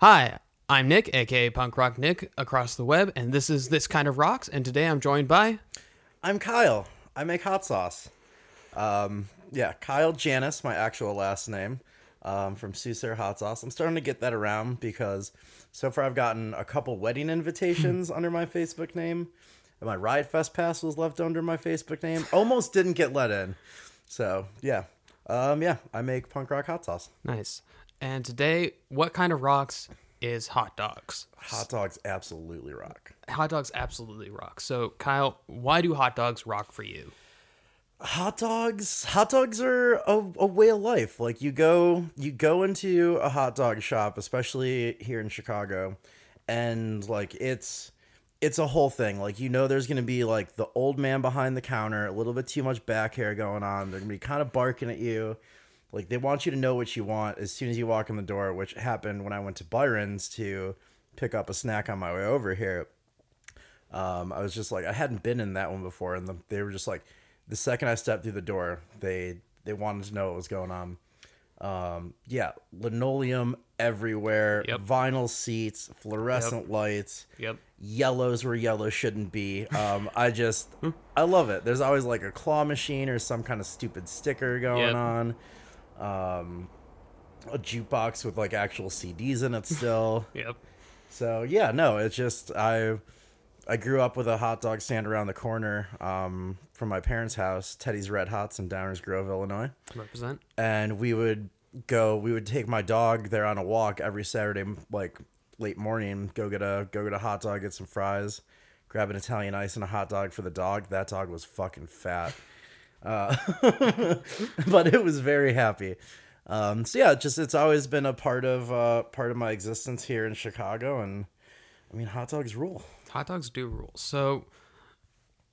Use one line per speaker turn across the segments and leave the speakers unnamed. Hi, I'm Nick, aka Punk Rock Nick, across the web, and this is This Kind of Rocks, and today I'm joined by.
I'm Kyle. I make hot sauce. Um, yeah, Kyle Janis, my actual last name, um, from Suser Hot Sauce. I'm starting to get that around because so far I've gotten a couple wedding invitations under my Facebook name, and my Riot Fest pass was left under my Facebook name. Almost didn't get let in. So yeah, um, yeah, I make punk rock hot sauce.
Nice. And today, what kind of rocks is hot dogs?
Hot dogs absolutely rock.
Hot dogs absolutely rock. So, Kyle, why do hot dogs rock for you?
hot dogs hot dogs are a, a way of life like you go you go into a hot dog shop especially here in chicago and like it's it's a whole thing like you know there's gonna be like the old man behind the counter a little bit too much back hair going on they're gonna be kind of barking at you like they want you to know what you want as soon as you walk in the door which happened when i went to byron's to pick up a snack on my way over here um, I was just like, I hadn't been in that one before, and the, they were just like, the second I stepped through the door, they they wanted to know what was going on. Um, yeah, linoleum everywhere,
Yep.
vinyl seats, fluorescent lights,
Yep.
yellows where yellow shouldn't be. Um, I just,
Hmm.
I love it. There's always like a claw machine or some kind of stupid sticker going
Yep.
on. Um, a jukebox with like actual CDs in it still.
Yep.
So yeah, no, it's just I I grew up with a hot dog stand around the corner um, from my parents' house, Teddy's Red Hots in Downers Grove, Illinois,
Represent.
and we would go. We would take my dog there on a walk every Saturday, like late morning. Go get a go get a hot dog, get some fries, grab an Italian ice and a hot dog for the dog. That dog was fucking fat. Uh, but it was very happy. Um, so yeah, just it's always been a part of uh, part of my existence here in Chicago, and I mean, hot dogs rule.
Hot dogs do rule. So,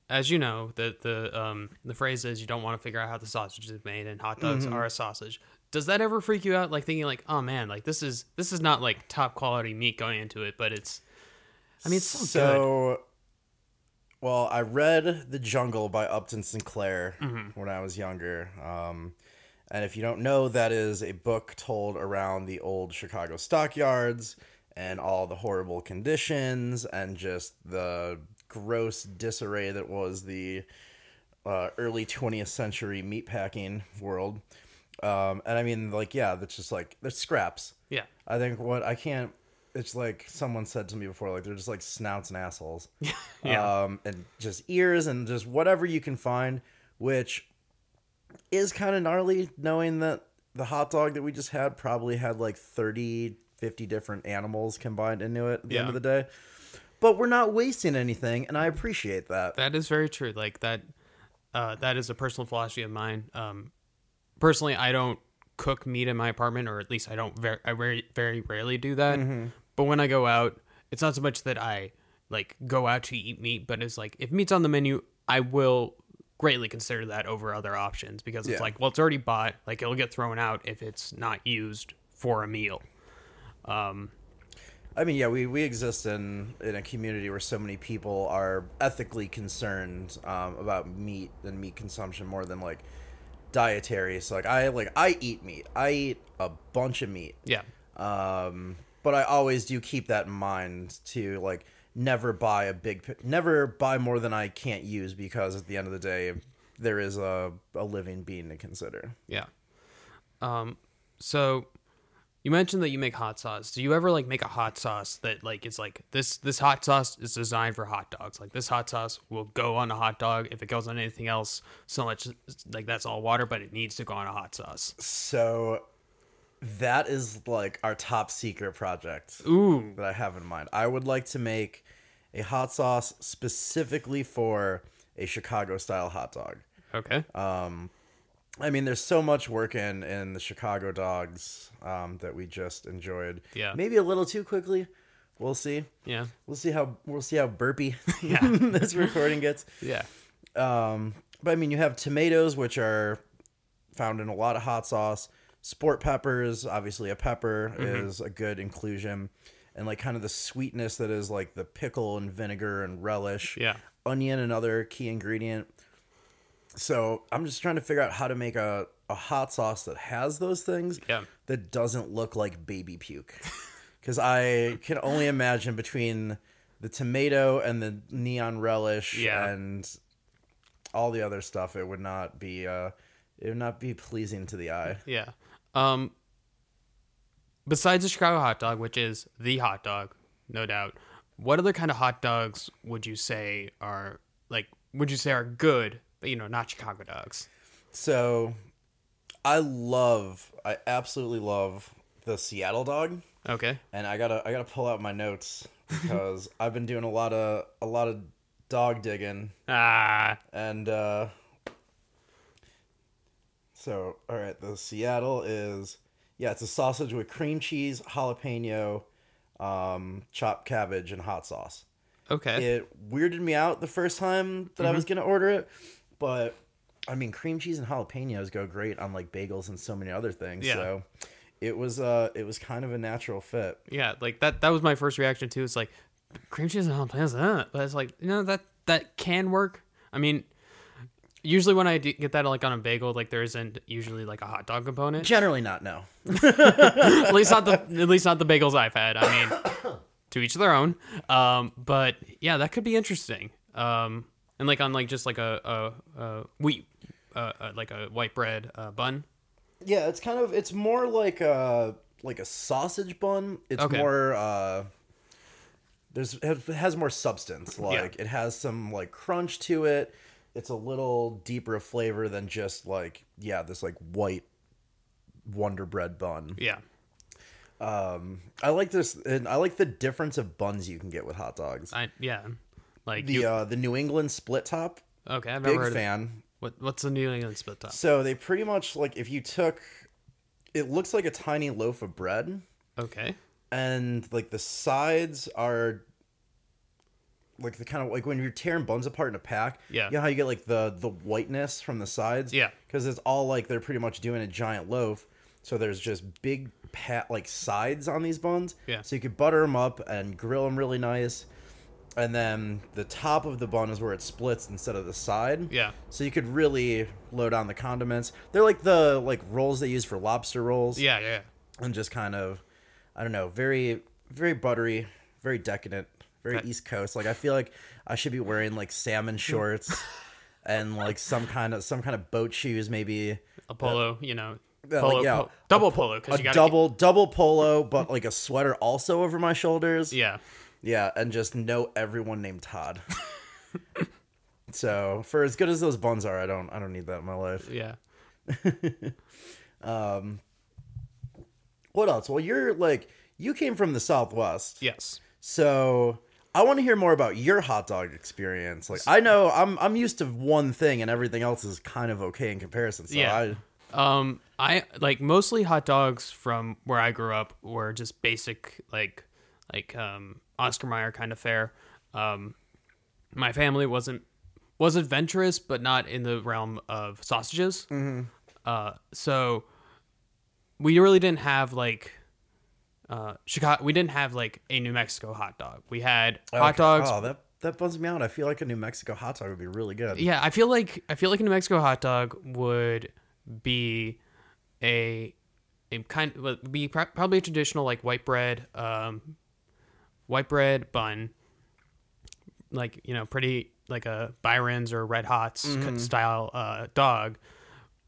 as you know, the the um the phrase is you don't want to figure out how the sausage is made, and hot dogs are a sausage. Does that ever freak you out? Like thinking like, oh man, like this is this is not like top quality meat going into it, but it's. I mean, it's so, good.
well, I read The Jungle by Upton Sinclair
Mm-hmm.
when I was younger. Um, and if you don't know, that is a book told around the old Chicago stockyards and all the horrible conditions and just the gross disarray that was the uh, early 20th century meatpacking world. Um, and I mean, like, yeah, that's just like, there's scraps.
Yeah.
I think what I can't. It's like someone said to me before, like they're just like snouts and assholes,
Yeah.
um, and just ears and just whatever you can find, which is kind of gnarly. Knowing that the hot dog that we just had probably had like 30, 50 different animals combined into it at the end
Yeah.
of the day, but we're not wasting anything, and I appreciate that.
That is very true. Like that, uh, that is a personal philosophy of mine. Um, personally, I don't cook meat in my apartment, or at least I don't. Very, I very, very rarely do that. But when I go out, it's not so much that I like go out to eat meat, but it's like if meat's on the menu, I will greatly consider that over other options because it's
Yeah.
like, well, it's already bought. Like it'll get thrown out if it's not used for a meal.
I mean, yeah, we, we exist in, in a community where so many people are ethically concerned um, about meat and meat consumption more than like dietary. So like I like I eat meat. I eat a bunch of meat.
Yeah.
Um, but I always do keep that in mind to like never buy a big, pi- never buy more than I can't use because at the end of the day, there is a, a living being to consider.
Yeah. Um so you mentioned that you make hot sauce. Do you ever like make a hot sauce that like it's like this this hot sauce is designed for hot dogs. Like this hot sauce will go on a hot dog if it goes on anything else so much like that's all water but it needs to go on a hot sauce.
So that is like our top secret project.
Ooh.
that I have in mind. I would like to make a hot sauce specifically for a Chicago style hot dog.
Okay.
I mean, there's so much work in in the Chicago dogs um, that we just enjoyed.
Yeah.
maybe a little too quickly. We'll see.
yeah.
We'll see how we'll see how burpy
Yeah.
this recording gets.
Yeah.
Um, but I mean, you have tomatoes, which are found in a lot of hot sauce. Sport peppers, obviously, a pepper is a good inclusion, and like kind of the sweetness that is like the pickle and vinegar and relish.
Yeah.
onion, another key ingredient. So I'm just trying to figure out how to make a a hot sauce that has those things.
Yeah.
That doesn't look like baby puke. because I can only imagine between the tomato and the neon relish
Yeah.
and all the other stuff, it would not be uh, it would not be pleasing to the eye.
Yeah. Um besides the Chicago hot dog, which is the hot dog, no doubt, what other kind of hot dogs would you say are like would you say are good, but you know, not Chicago dogs?
So I love, I absolutely love the Seattle dog.
Okay.
and I gotta I gotta pull out my notes because I've been doing a lot of a lot of dog digging
Ah
and uh, so all right the Seattle is yeah it's a sausage with cream cheese jalapeno um, chopped cabbage and hot sauce Eh.
okay.
it weirded me out the first time that I was gonna order it but I mean cream cheese and jalapenos go great on like bagels and so many other things
Yeah.
so it was uh it was kind of a natural fit
Yeah, like that that was my first reaction too. It's like cream cheese and jalapenos, uh, but it's like, you know, that that can work. I mean, usually when I do get that like on a bagel, like there isn't usually like a hot dog component.
generally not no
at least not the at least not the bagels I've had. I mean, to each their own. Um, but yeah, that could be interesting. Um, and like on like just like a a, a wheat, uh, uh, like a white bread uh, bun.
Yeah, it's kind of it's more like a like a sausage bun. It's
Okay.
more uh there's it has more substance. Like it has some like crunch to it. It's a little deeper of flavor than just like yeah, this like white Wonder Bread bun.
Yeah,
Um I like this and I like the difference of buns you can get with hot dogs.
I yeah, like
The
you,
uh the New England split top,
okay. I've never
big
heard of
fan.
what what's the New England split top.
So they pretty much like if you took it looks like a tiny loaf of bread.
Okay,
and like the sides are like the kind of like when you're tearing buns apart in a pack
Yeah.
you know how you get like the the whiteness from the sides
Yeah.
because it's all like they're pretty much doing a giant loaf so there's just big pat like sides on these buns
Yeah.
so you could butter them up and grill them really nice and then the top of the bun is where it splits instead of the side
yeah,
so you could really load on the condiments they're like the like rolls they use for lobster rolls
yeah, yeah.
and just kind of I don't know, very very buttery, very decadent, very
Right.
East Coast. Like I feel like I should be wearing like salmon shorts and like some kind of some kind of boat shoes maybe.
A polo, you know,
Yeah, Uh, like,
polo,
yeah,
po- double polo
A
because you got
double double polo, but like a sweater also over my shoulders.
yeah,
Yeah, and just know everyone named Todd. so for as good as those buns are, I don't I don't need that in my life.
yeah.
What else? Well you're like you came from the Southwest.
Yes.
So I want to hear more about your hot dog experience. Like I know I'm I'm used to one thing and everything else is kind of okay in comparison. So
Yeah.
I
Um, I like mostly hot dogs from where I grew up were just basic like like um Oscar Mayer kind of fare. Um, my family wasn't was adventurous, but not in the realm of sausages.
Mm-hmm.
Uh, so we really didn't have like uh Chicago. We didn't have like a New Mexico hot dog. We had hot
okay.
dogs.
Oh, that that bums me out. I feel like a New Mexico hot dog would be really good.
Yeah, I feel like I feel like a New Mexico hot dog would be a a kind would be pro- probably a traditional like white bread um white bread bun like you know pretty like a Byron's or Red Hot's cut style uh, dog,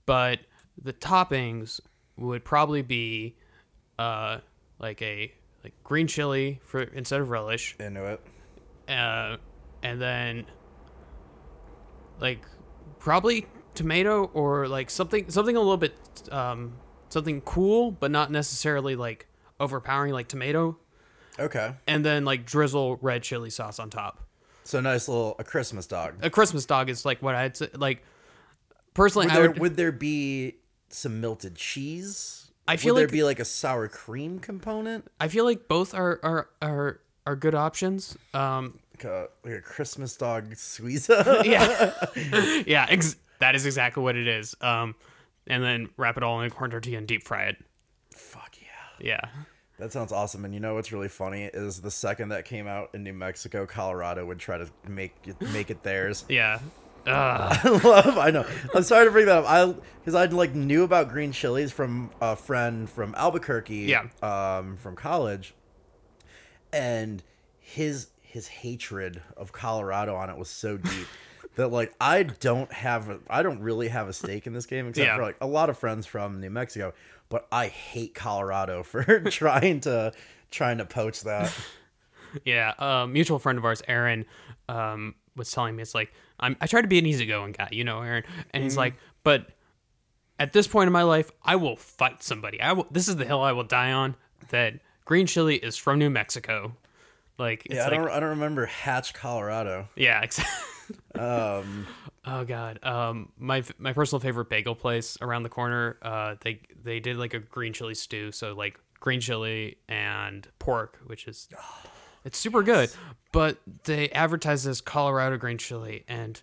but the toppings would probably be uh like a like green chili for instead of relish
Into it.
uh, and then like probably tomato or like something something a little bit um, something cool but not necessarily like overpowering like tomato
Okay.
and then like drizzle red chili sauce on top
So nice little a Christmas dog.
a christmas dog is like what i'd say like personally
Would
i
there,
would
would there be some melted cheese?
I feel
would
like-
there be like a sour cream component,
i feel like both are are are, are good options um
like a, like a Christmas dog squeezer.
yeah yeah ex- that is exactly what it is um and then wrap it all in a corn tortilla and deep fry it
Fuck yeah.
yeah
That sounds awesome. And you know what's really funny is the second that came out in New Mexico, Colorado would try to make it, make it theirs.
Yeah. Ugh.
I love. I know. I'm sorry to bring that up. I because I like knew about green chilies from a friend from Albuquerque.
Yeah.
Um, from college, and his his hatred of Colorado on it was so deep that like I don't have a, I don't really have a stake in this game except
Yeah.
for like a lot of friends from New Mexico, but I hate Colorado for trying to trying to poach that.
Yeah, a mutual friend of ours, Aaron, um, was telling me it's like I'm, I try to be an easygoing guy, you know, Aaron, and
Mm-hmm.
he's like, but at this point in my life, I will fight somebody. I will, this is the hill I will die on. That green chili is from New Mexico. Like, it's
Yeah, I
like,
don't I don't remember Hatch, Colorado.
yeah, ex-
Um,
Oh god, um, my my personal favorite bagel place around the corner. Uh, they they did like a green chili stew, so like green chili and pork, which is it's super good. But they advertise this Colorado green chili, and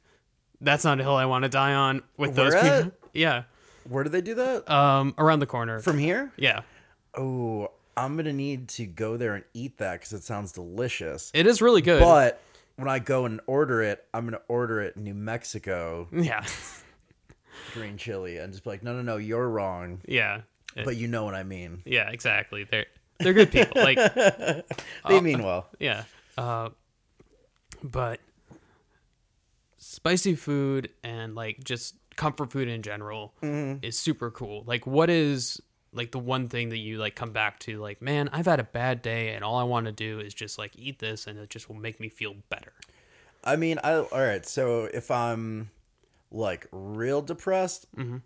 that's not a hill I want to die on with those
Where at?
people. Yeah,
where did they do that?
um, around the corner.
From here?
yeah,
Oh, I'm gonna need to go there and eat that because it sounds delicious.
it is really good.
But when I go and order it, I'm gonna order it New Mexico
yeah,
green chili and just be like, no, no, no, you're wrong.
yeah,
But you know what I mean.
yeah. Exactly. They're they're good people. Like
They mean well.
Yeah. Uh, but spicy food and like just comfort food in general is super cool. Like, what is like the one thing that you like come back to? Like, man, I've had a bad day, and all I want to do is just like eat this, and it just will make me feel better.
I mean, I all right. So if I'm like real depressed,
Mm-hmm.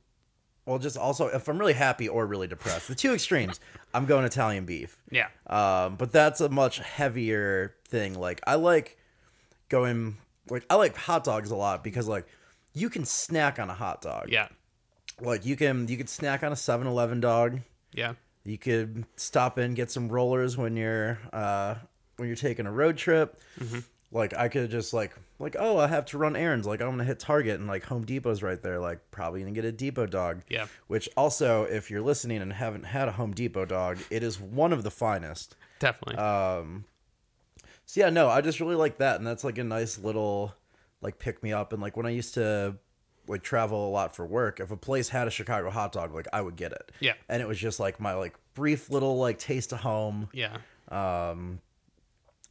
well, just also if I'm really happy or really depressed, the two extremes, I'm going Italian beef.
Yeah.
Um, but that's a much heavier thing. Like I like going like I like hot dogs a lot because like you can snack on a hot dog.
Yeah.
Like you can you could snack on a 7-Eleven dog.
Yeah.
You could stop in get some rollers when you're uh when you're taking a road trip.
Mm-hmm.
Like I could just like like oh I have to run errands like I'm gonna hit Target and like Home Depot's right there like probably gonna get a Depot dog.
Yeah.
Which also if you're listening and haven't had a Home Depot dog, it is one of the finest.
Definitely.
Uh. Um, So yeah, no, I just really like that, and that's like a nice little like pick me up. And like when I used to like travel a lot for work, if a place had a Chicago hot dog, like I would get it.
Yeah.
and it was just like my like brief little like taste of home. Um,
yeah.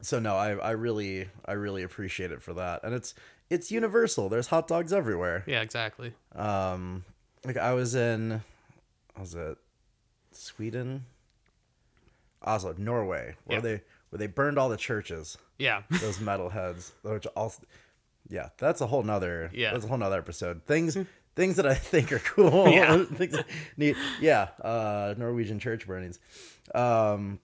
So no, I I really I really appreciate it for that, and it's it's universal. There's hot dogs everywhere.
Yeah. Exactly.
Um, like I was in, what was it Sweden, Oslo, Norway, where
Yeah.
they where they burned all the churches.
Yeah.
those metalheads, which also, yeah, that's a whole nother,
Yeah. Hmm.
that's a whole nother episode. Things, things that I think are cool,
Yeah.
things that need, yeah, uh, Norwegian church burnings. Um,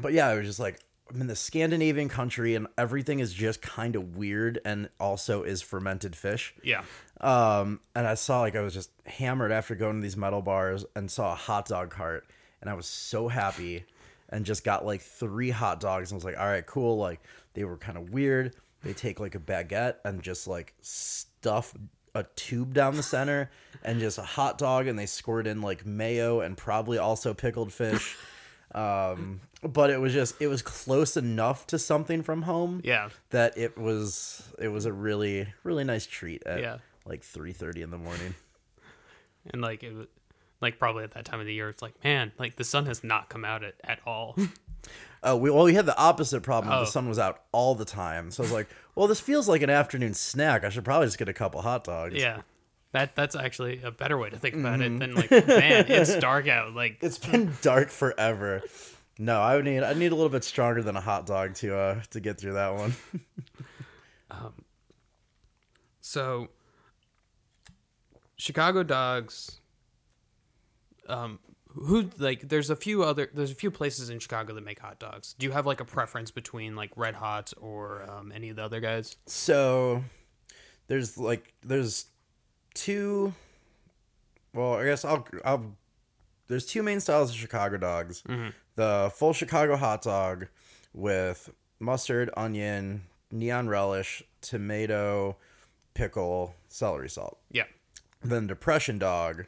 but yeah, I was just like, I'm in the Scandinavian country, and everything is just kind of weird, and also is fermented fish.
Yeah.
Um, and I saw like I was just hammered after going to these metal bars and saw a hot dog cart, and I was so happy, and just got like three hot dogs and was like, all right, cool. Like they were kind of weird. They take like a baguette and just like stuff a tube down the center and just a hot dog, and they squirt in like mayo and probably also pickled fish. um, but it was just it was close enough to something from home
Yeah.
that it was it was a really really nice treat at
Yeah.
like 3:30 in the morning.
And like it. wa- Like probably at that time of the year, it's like, man, like the sun has not come out at, at all.
Oh, we well we had the opposite problem.
Oh.
The sun was out all the time. So I was like, well this feels like an afternoon snack. I should probably just get a couple hot dogs.
Yeah. That that's actually a better way to think about it than like, man, it's dark out. Like
It's been dark forever. No, I would need I need a little bit stronger than a hot dog to uh to get through that one.
so Chicago dogs um who like there's a few other there's a few places in Chicago that make hot dogs. Do you have like a preference between like Red Hot or um, any of the other guys?
So there's like there's two well, I guess I'll I'll there's two main styles of Chicago dogs. The full Chicago hot dog with mustard, onion, neon relish, tomato, pickle, celery salt.
Yeah.
Then depression dog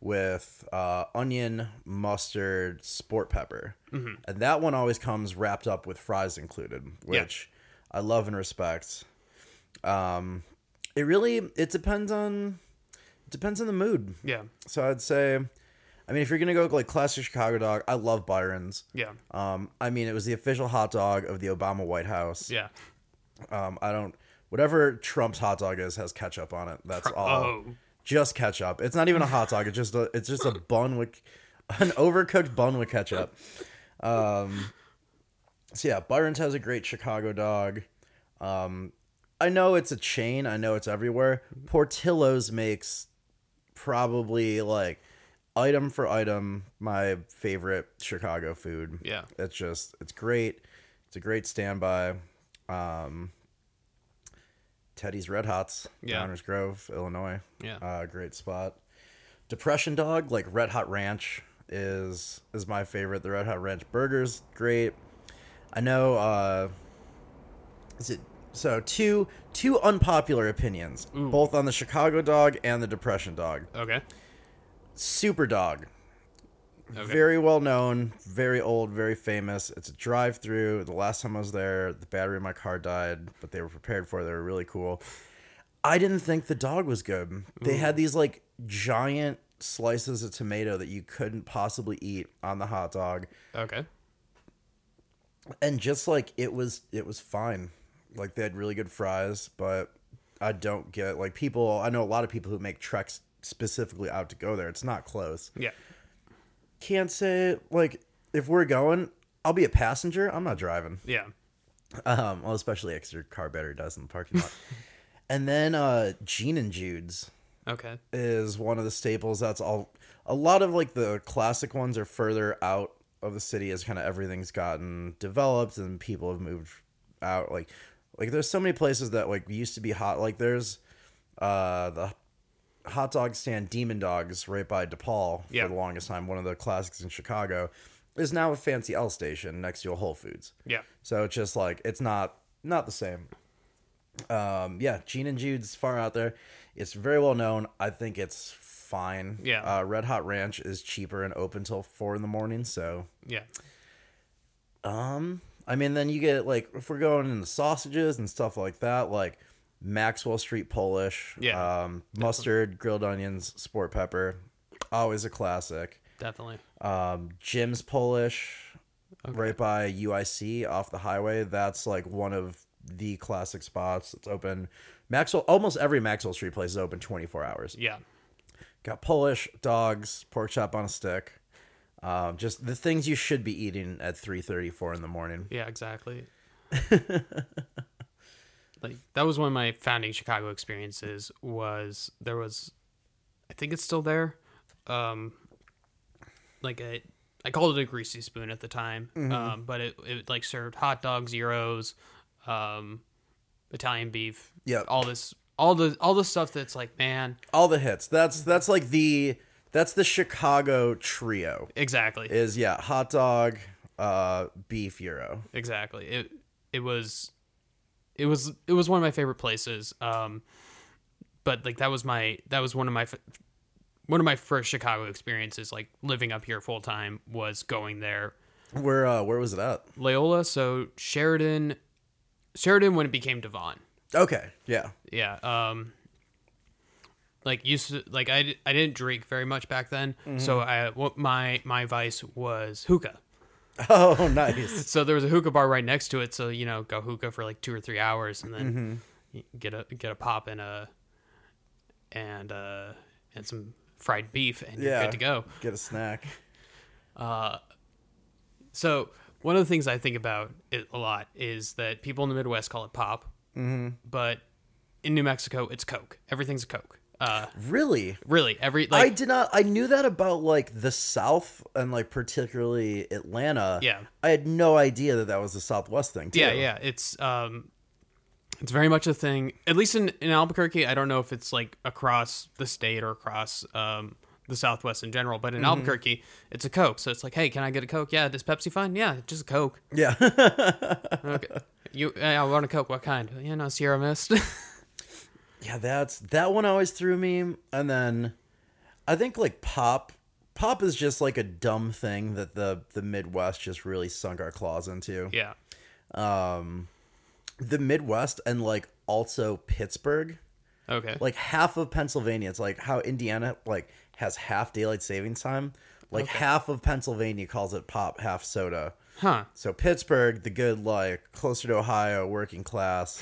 with uh, onion, mustard, sport pepper.
Mm-hmm.
And that one always comes wrapped up with fries included, which I love and respect. Um, it really it depends on it depends on the mood.
Yeah.
So I'd say I mean, if you're gonna go with, like classic Chicago dog, I love Byron's.
Yeah.
Um, I mean, it was the official hot dog of the Obama White House.
Yeah.
Um, I don't. Whatever Trump's hot dog is has ketchup on it. That's all.
Oh.
Just ketchup. It's not even a hot dog. It's just a. It's just a bun with, an overcooked bun with ketchup. Um, so yeah, Byron's has a great Chicago dog. Um, I know it's a chain. I know it's everywhere. Portillo's makes probably like item for item my favorite Chicago food.
Yeah.
It's just it's great. It's a great standby. Um Teddy's Red Hots,
Yeah.
Downers Grove, Illinois.
Yeah.
Uh, great spot. Depression Dog, like Red Hot Ranch is is my favorite. The Red Hot Ranch burgers, great. I know uh is it so two two unpopular opinions, both on the Chicago dog and the Depression dog.
Okay.
Super Dog.
Okay.
Very well known, very old, very famous. It's a drive through. The last time I was there, the battery in my car died, but they were prepared for it. They were really cool. I didn't think the dog was good. They had these like giant slices of tomato that you couldn't possibly eat on the hot dog.
Okay.
And just like it was it was fine. Like they had really good fries, but I don't get like people I know a lot of people who make treks specifically out to go there. It's not close.
Yeah.
can't say like if we're going, I'll be a passenger. I'm not driving.
Yeah.
Um, well, especially because your car battery dies in the parking lot. and then uh, Gene and Jude's
Okay.
is one of the staples. That's all. A lot of like the classic ones are further out of the city as kind of everything's gotten developed and people have moved out. Like, like there's so many places that like used to be hot. Like there's uh the hot dog stand Demon Dogs right by DePaul
Yeah.
for the longest time. One of the classics in Chicago is now a fancy L station next to a Whole Foods.
Yeah.
So it's just like it's not not the same. Um, yeah, Gene and Jude's far out there. It's very well known. I think it's fine.
Yeah.
Uh, Red Hot Ranch is cheaper and open till four in the morning. So,
Yeah.
um, I mean, then you get like if we're going in the sausages and stuff like that, like Maxwell Street Polish.
Yeah,
Um, mustard, grilled onions, sport pepper, always a classic.
Definitely.
Um, Jim's Polish, right by UIC off the highway. That's like one of the classic spots. It's open. Maxwell, almost every Maxwell Street place is open 24 hours.
Yeah.
Got Polish dogs, pork chop on a stick. Um, just the things you should be eating at 3:34 in the morning.
Yeah, exactly. like that was one of my founding Chicago experiences was there was I think it's still there. Um like a I called it a greasy spoon at the time. Um but it, it like served hot dogs, euros, um Italian beef.
Yep.
All this all the all the stuff that's like, man,
All the hits. That's that's like the that's the Chicago trio.
exactly.
Is yeah, hot dog, uh, beef euro.
exactly it it was it was it was one of my favorite places um but like that was my that was one of my f- one of my first chicago experiences like living up here full time was going there
Where uh, where was it at?
loyola so sheridan sheridan when it became devon
Okay, yeah.
yeah um like used to like i, di- I didn't drink very much back then so i what my my vice was hookah
Oh, nice.
so there was a hookah bar right next to it. So you know, go hookah for like two or three hours, and then get a get a pop and a and uh and some fried beef, and you're
Yeah.
good to go.
Get a snack.
So one of the things I think about it a lot is that people in the Midwest call it pop, but in New Mexico it's Coke. Everything's a Coke. Uh,
Really?
really, every
I
like
did not I knew that about like the South and like particularly Atlanta.
Yeah.
I had no idea that that was the Southwest thing too.
Yeah, yeah. It's um it's very much a thing. At least in, in Albuquerque, I don't know if it's like across the state or across um the Southwest in general, but in Albuquerque, it's a Coke. So it's like, hey, can I get a Coke? Yeah, does Pepsi fine? Yeah, just a Coke.
Yeah.
Okay. you, hey, I want a Coke. What kind? You know, Sierra Mist.
yeah, that's that one always threw me. And then I think like pop pop is just like a dumb thing that the the Midwest just really sunk our claws into.
yeah,
The Midwest and like also Pittsburgh.
okay,
like half of Pennsylvania. It's like how Indiana like has half daylight savings time. Like half of Pennsylvania calls it pop, half soda.
Huh.
So Pittsburgh, the good, like closer to Ohio, working class,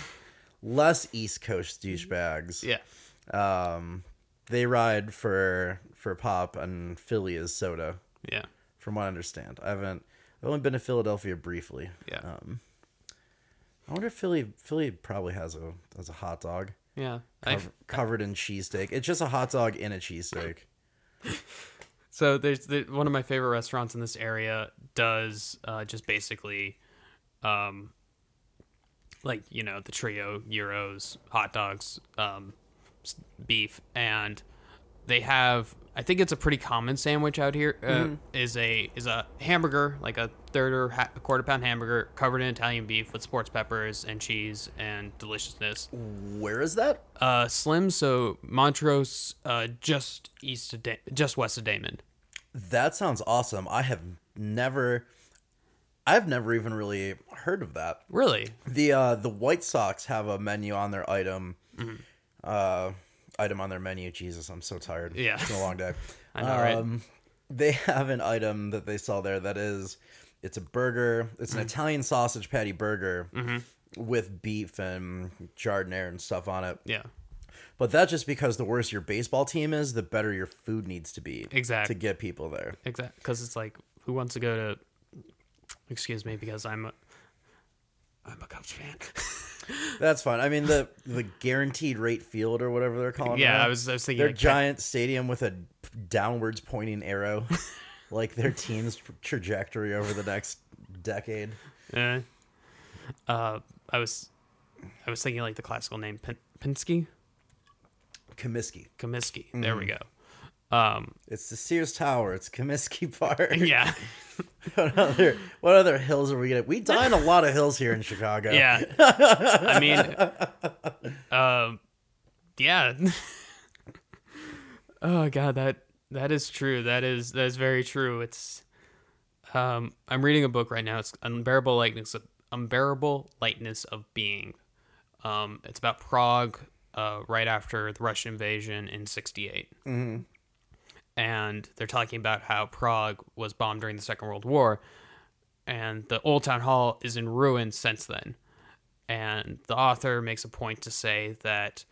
less East Coast douchebags.
Yeah.
Um, they ride for for pop, and Philly is soda,
Yeah.
from what I understand. I haven't. I've only been to Philadelphia briefly.
Yeah.
Um, I wonder if Philly Philly probably has a has a hot dog
Yeah. I-
cov- covered in cheesesteak. It's just a hot dog in a cheesesteak.
so there's the, one of my favorite restaurants in this area does uh, just basically, um, like you know the trio euros, hot dogs, um, s- beef, and they have. I think it's a pretty common sandwich out here. Uh, Is a is a hamburger like a third or ha- a quarter pound hamburger covered in Italian beef with sports peppers and cheese and deliciousness.
Where is that?
uh, Slim, so Montrose, uh, just east of da- just west of Damon.
That sounds awesome. I have never I've never even really heard of that.
Really?
The uh the White Sox have a menu on their item
Mm-hmm.
uh item on their menu. Jesus, I'm so tired.
Yeah.
It's been a long day. Um,
I know, right?
they have an item that they sell there that is it's a burger, it's an
Mm-hmm.
Italian sausage patty burger with beef and jardinere and stuff on it.
Yeah.
But that's just because the worse your baseball team is, the better your food needs to be.
Exact-
To get people there.
Exactly. Because it's like, who wants to go to? Excuse me, because I'm a, I'm a Cubs fan.
That's fine. I mean the the guaranteed rate field or whatever they're calling it.
yeah,
now,
I was I was thinking
their
like,
giant stadium with a downwards pointing arrow, like their team's trajectory over the next decade.
eh. Uh, I was, I was thinking like the classical name Pin- Pinsky
Comiskey.
Comiskey. There we go. Um,
It's the Sears Tower. It's Comiskey Park.
yeah,
what other what other hills are we gonna? We die in a lot of hills here in Chicago.
yeah. I mean, um, yeah. oh god, that that is true. That is that is very true. It's um, I'm reading a book right now. It's unbearable lightness of unbearable lightness of being. Um, it's about Prague, uh, right after the Russian invasion in '68. Mm-hmm. And they're talking about how Prague was bombed during the Second World War, and the old town hall is in ruins since then. And the author makes a point to say that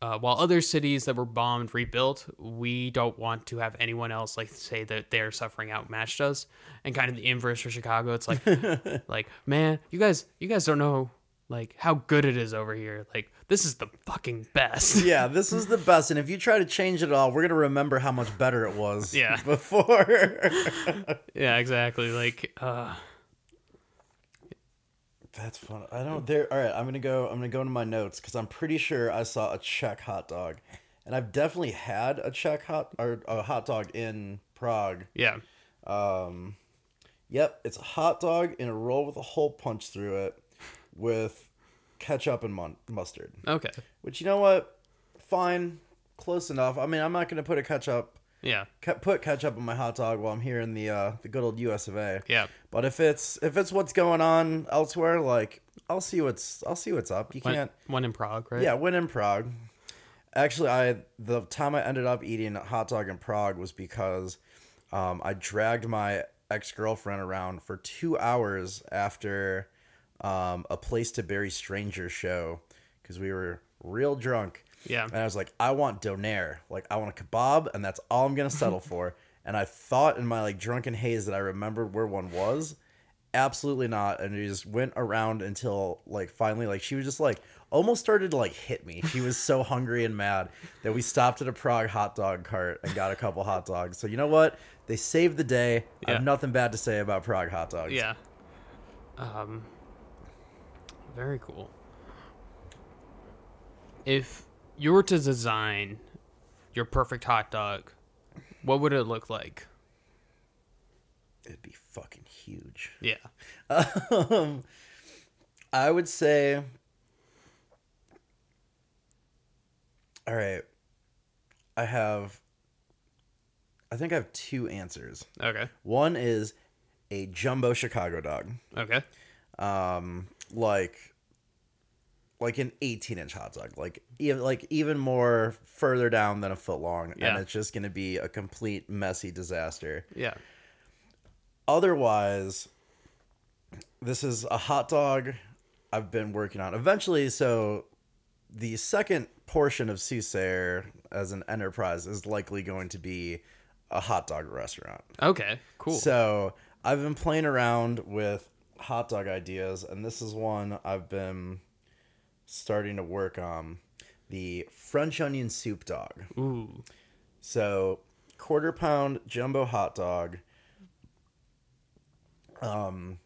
uh, while other cities that were bombed rebuilt, we don't want to have anyone else like say that their suffering outmatched us. And kind of the inverse for Chicago, it's like, like man, you guys, you guys don't know like how good it is over here. Like this is the fucking best.
Yeah, this is the best. And if you try to change it all, we're gonna remember how much better it was.
Yeah.
Before.
yeah, exactly. Like, uh,
That's fun. I don't. There. All right. I'm gonna go. I'm gonna go into my notes because I'm pretty sure I saw a Czech hot dog, and I've definitely had a Czech hot or a hot dog in Prague.
yeah,
Um, yep, it's a hot dog in a roll with a hole punched through it, with ketchup and mun- mustard.
okay,
Which you know what? Fine, close enough. I mean, I'm not gonna put a ketchup
yeah,
ke- put ketchup on my hot dog while I'm here in the uh, the good old U.S. of A.
yeah.
But if it's if it's what's going on elsewhere, like I'll see what's I'll see what's up. You
One,
can't.
one in Prague, right?
Yeah, when in Prague. Actually, I the time I ended up eating a hot dog in Prague was because um, I dragged my ex girlfriend around for two hours after um, a place to bury strangers show because we were real drunk.
Yeah.
And I was like, I want donair. Like, I want a kebab, and that's all I'm going to settle for. And I thought in my, like, drunken haze that I remembered where one was. Absolutely not. And it just went around until, like, finally, like, she was just, like, almost started to, like, hit me. She was so hungry and mad that we stopped at a Prague hot dog cart and got a couple hot dogs. So, you know what? They saved the day. I
Yeah.
have nothing bad to say about Prague hot dogs.
Yeah. Um very cool. If you were to design your perfect hot dog, what would it look like?
It'd be fucking huge.
Yeah.
Um, I would say. All right. I have. I think I have two answers.
Okay.
One is a jumbo Chicago dog.
Okay.
Um, like like an 18 inch hot dog like even like even more further down than a foot long
Yeah.
and it's just gonna be a complete messy disaster
Yeah.
otherwise this is a hot dog i've been working on eventually so the second portion of Soothsayer as an enterprise is likely going to be a hot dog restaurant
Okay. Cool.
so I've been playing around with hot dog ideas, and this is one I've been starting to work on the French onion soup dog.
Ooh.
So, quarter pound jumbo hot dog, um,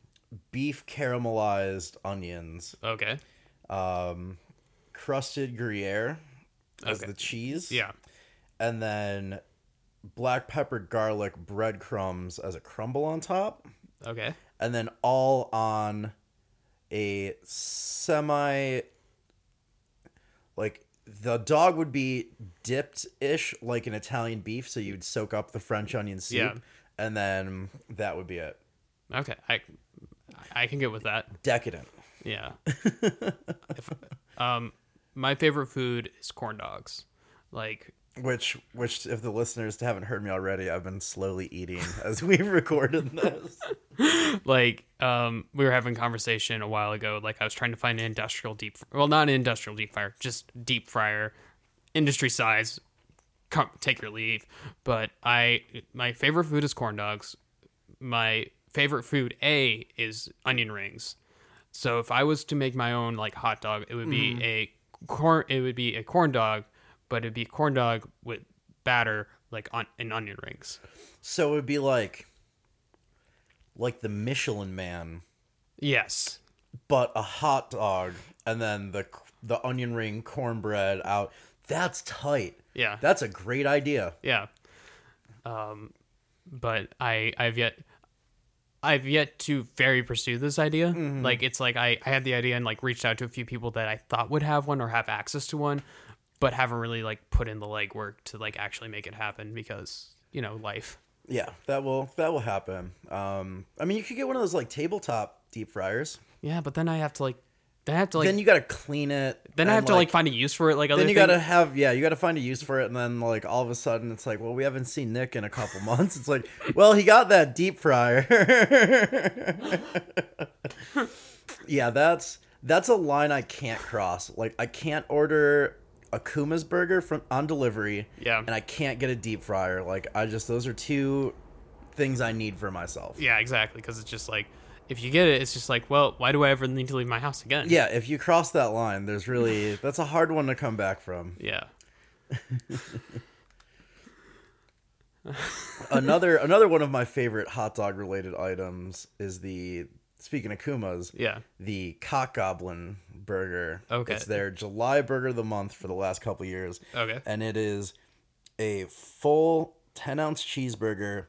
beef caramelized onions,
Okay.
crusted Gruyere as
Okay.
the cheese,
Yeah.
and then black pepper garlic breadcrumbs as a crumble on top.
Okay.
and then all on a semi like the dog would be dipped ish like an Italian beef, so you'd soak up the French onion soup,
Yeah.
and then that would be it.
Okay. I I can get with that.
Decadent.
Yeah. If- um, my favorite food is corn dogs. Like,
Which, which, if the listeners haven't heard me already, I've been slowly eating as we've recorded this.
like um, we were having a conversation a while ago. Like, I was trying to find an industrial deep, well, not an industrial deep fryer, just deep fryer, industry size. Come, take your leave. But I, my favorite food is corn dogs. My favorite food A is onion rings. So if I was to make my own like hot dog, it would be a corn. It would be a corn dog, but it'd be corn dog with batter like on and onion rings.
So it would be like, like the Michelin Man
Yes.
but a hot dog and then the the onion ring cornbread out. That's tight.
Yeah.
That's a great idea.
yeah. Um, but I I've yet I've yet to very pursue this idea.
Mm-hmm.
Like it's like I I had the idea and like reached out to a few people that I thought would have one or have access to one, but haven't really like put in the legwork to like actually make it happen because you know life.
Yeah, that will that will happen. Um, I mean, you could get one of those like tabletop deep fryers.
Yeah, but then I have to like then I have to like
then you got to clean it.
Then I
and,
have to like find a use for it. Like other
then you
thing-
gotta have yeah, you gotta find a use for it, and then like all of a sudden it's like, well, we haven't seen Nick in a couple months. It's like, well, he got that deep fryer. yeah, that's that's a line I can't cross. Like I can't order a Kuma's burger from on delivery.
Yeah.
and I can't get a deep fryer. Like I just those are two things I need for myself.
yeah, exactly. Because it's just like if you get it, it's just like well, why do I ever need to leave my house again?
Yeah, if you cross that line, there's really that's a hard one to come back from.
yeah,
another another one of my favorite hot dog related items is the speaking of Kuma's,
yeah.
the cock goblin burger.
Okay.
It's their July burger of the month for the last couple years.
Okay.
And it is a full ten ounce cheeseburger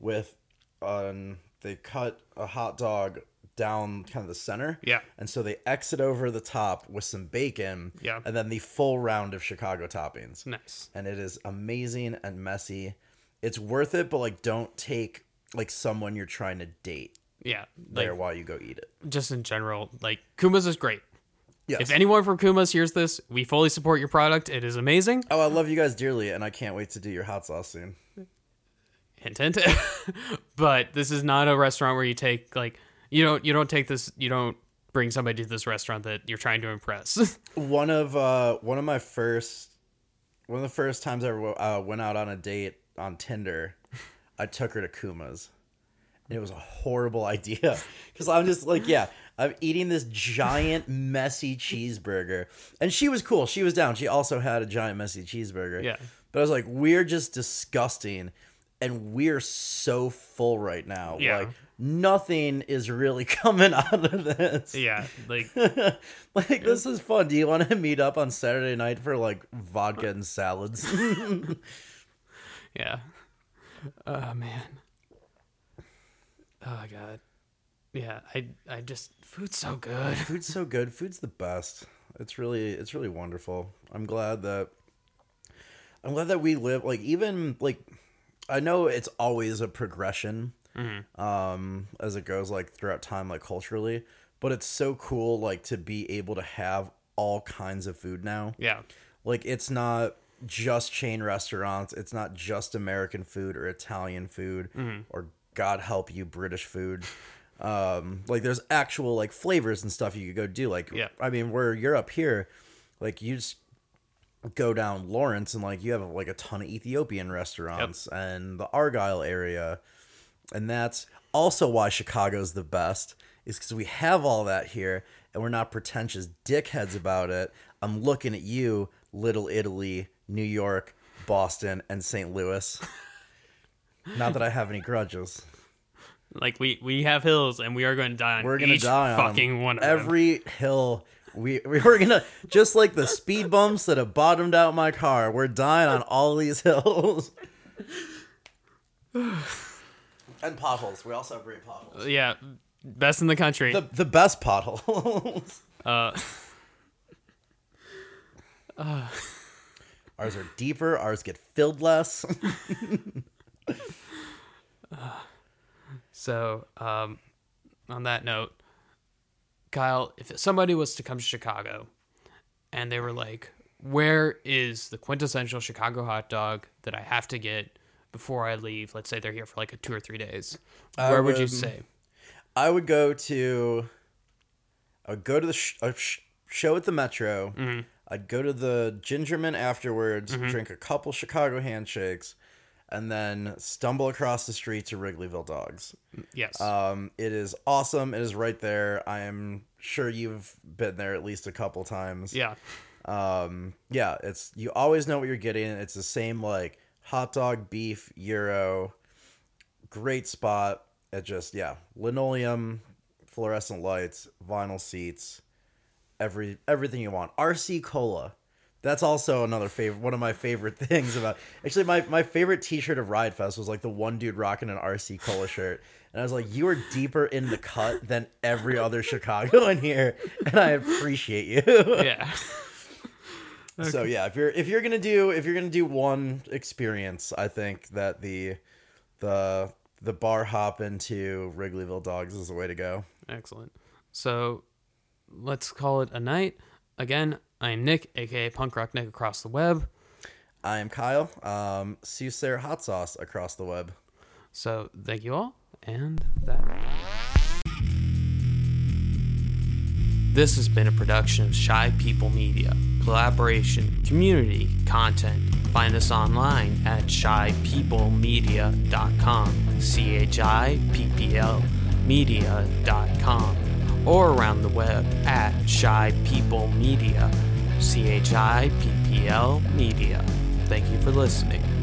with um they cut a hot dog down kind of the center.
Yeah.
And so they exit over the top with some bacon.
Yeah.
And then the full round of Chicago toppings
Nice.
and it is amazing and messy. It's worth it, but like don't take like someone you're trying to date
Yeah. Like
there while you go eat it.
just in general, like Kuma's is great.
Yes.
If anyone from Kuma's hears this, we fully support your product. It is amazing.
oh, I love you guys dearly, and I can't wait to do your hot sauce soon.
Hint, hint. but this is not a restaurant where you take like you don't you don't take this you don't bring somebody to this restaurant that you're trying to impress.
One of uh one of my first one of the first times I wo- uh, went out on a date on Tinder, I took her to Kuma's. And it was a horrible idea because I'm just like, yeah, I'm eating this giant messy cheeseburger, and she was cool. She was down. She also had a giant messy cheeseburger.
Yeah.
but I was like, we're just disgusting, and we're so full right now.
Yeah.
like nothing is really coming out of this.
yeah. Like
like this is fun. Do you want to meet up on Saturday night for like vodka and salads?
Yeah. Oh man. Oh god. Yeah, I I just food's so good.
Food's so good. Food's the best. It's really it's really wonderful. I'm glad that I'm glad that we live like even like I know it's always a progression um as it goes like throughout time like culturally, but it's so cool like to be able to have all kinds of food now.
Yeah.
Like it's not just chain restaurants, it's not just American food or Italian food or God help you British food. Um like there's actual like flavors and stuff you could go do like
Yeah.
I mean where you're up here like you just go down Lawrence and like you have like a ton of Ethiopian restaurants and the Argyle area and that's also why Chicago's the best, is because we have all that here and we're not pretentious dickheads about it. I'm looking at you, Little Italy, New York, Boston, and St. Louis. not that I have any grudges.
Like we we have hills and we are going to die on
We're gonna
each
die on 'em.
fucking one of them.
every hill. We we were gonna just like the speed bumps that have bottomed out my car. We're dying on all these hills. and potholes. We also have great potholes.
Yeah, best in the country.
the the best potholes. ours are deeper. Ours get filled less.
So, um, on that note, Kyle, if somebody was to come to Chicago and they were like, where is the quintessential Chicago hot dog that I have to get before I leave? Let's say they're here for like a two or three days. Where would you
would-
say?
I would go to. I would go to the sh- a sh- show at the Metro. I'd go to the Gingerman afterwards, drink a couple Chicago handshakes, and then stumble across the street to Wrigleyville Dogs.
Yes.
Um, it is awesome. It is right there. I am sure you've been there at least a couple times.
yeah.
um yeah it's you always know what you're getting it's the same like hot dog beef euro great spot it just yeah linoleum fluorescent lights vinyl seats every everything you want rc cola that's also another favorite one of my favorite things about actually my, my favorite t-shirt of riot fest was like the one dude rocking an rc cola shirt and i was like you are deeper in the cut than every other chicagoan here and i appreciate you
Yeah.
so yeah, if you're if you're gonna do if you're gonna do one experience, I think that the the the bar hop into Wrigleyville Dogs is the way to go.
Excellent. So let's call it a night. Again, I'm Nick, aka Punk Rock Nick across the web.
I am Kyle, um, Soothsayer Hot Sauce across the web.
So thank you all, and that. This has been a production of Shy People Media. Collaboration, community, content. Find us online at shypeoplemedia.com, C H I P P L media.com, or around the web at shypeoplemedia, C H I P P L media. Thank you for listening.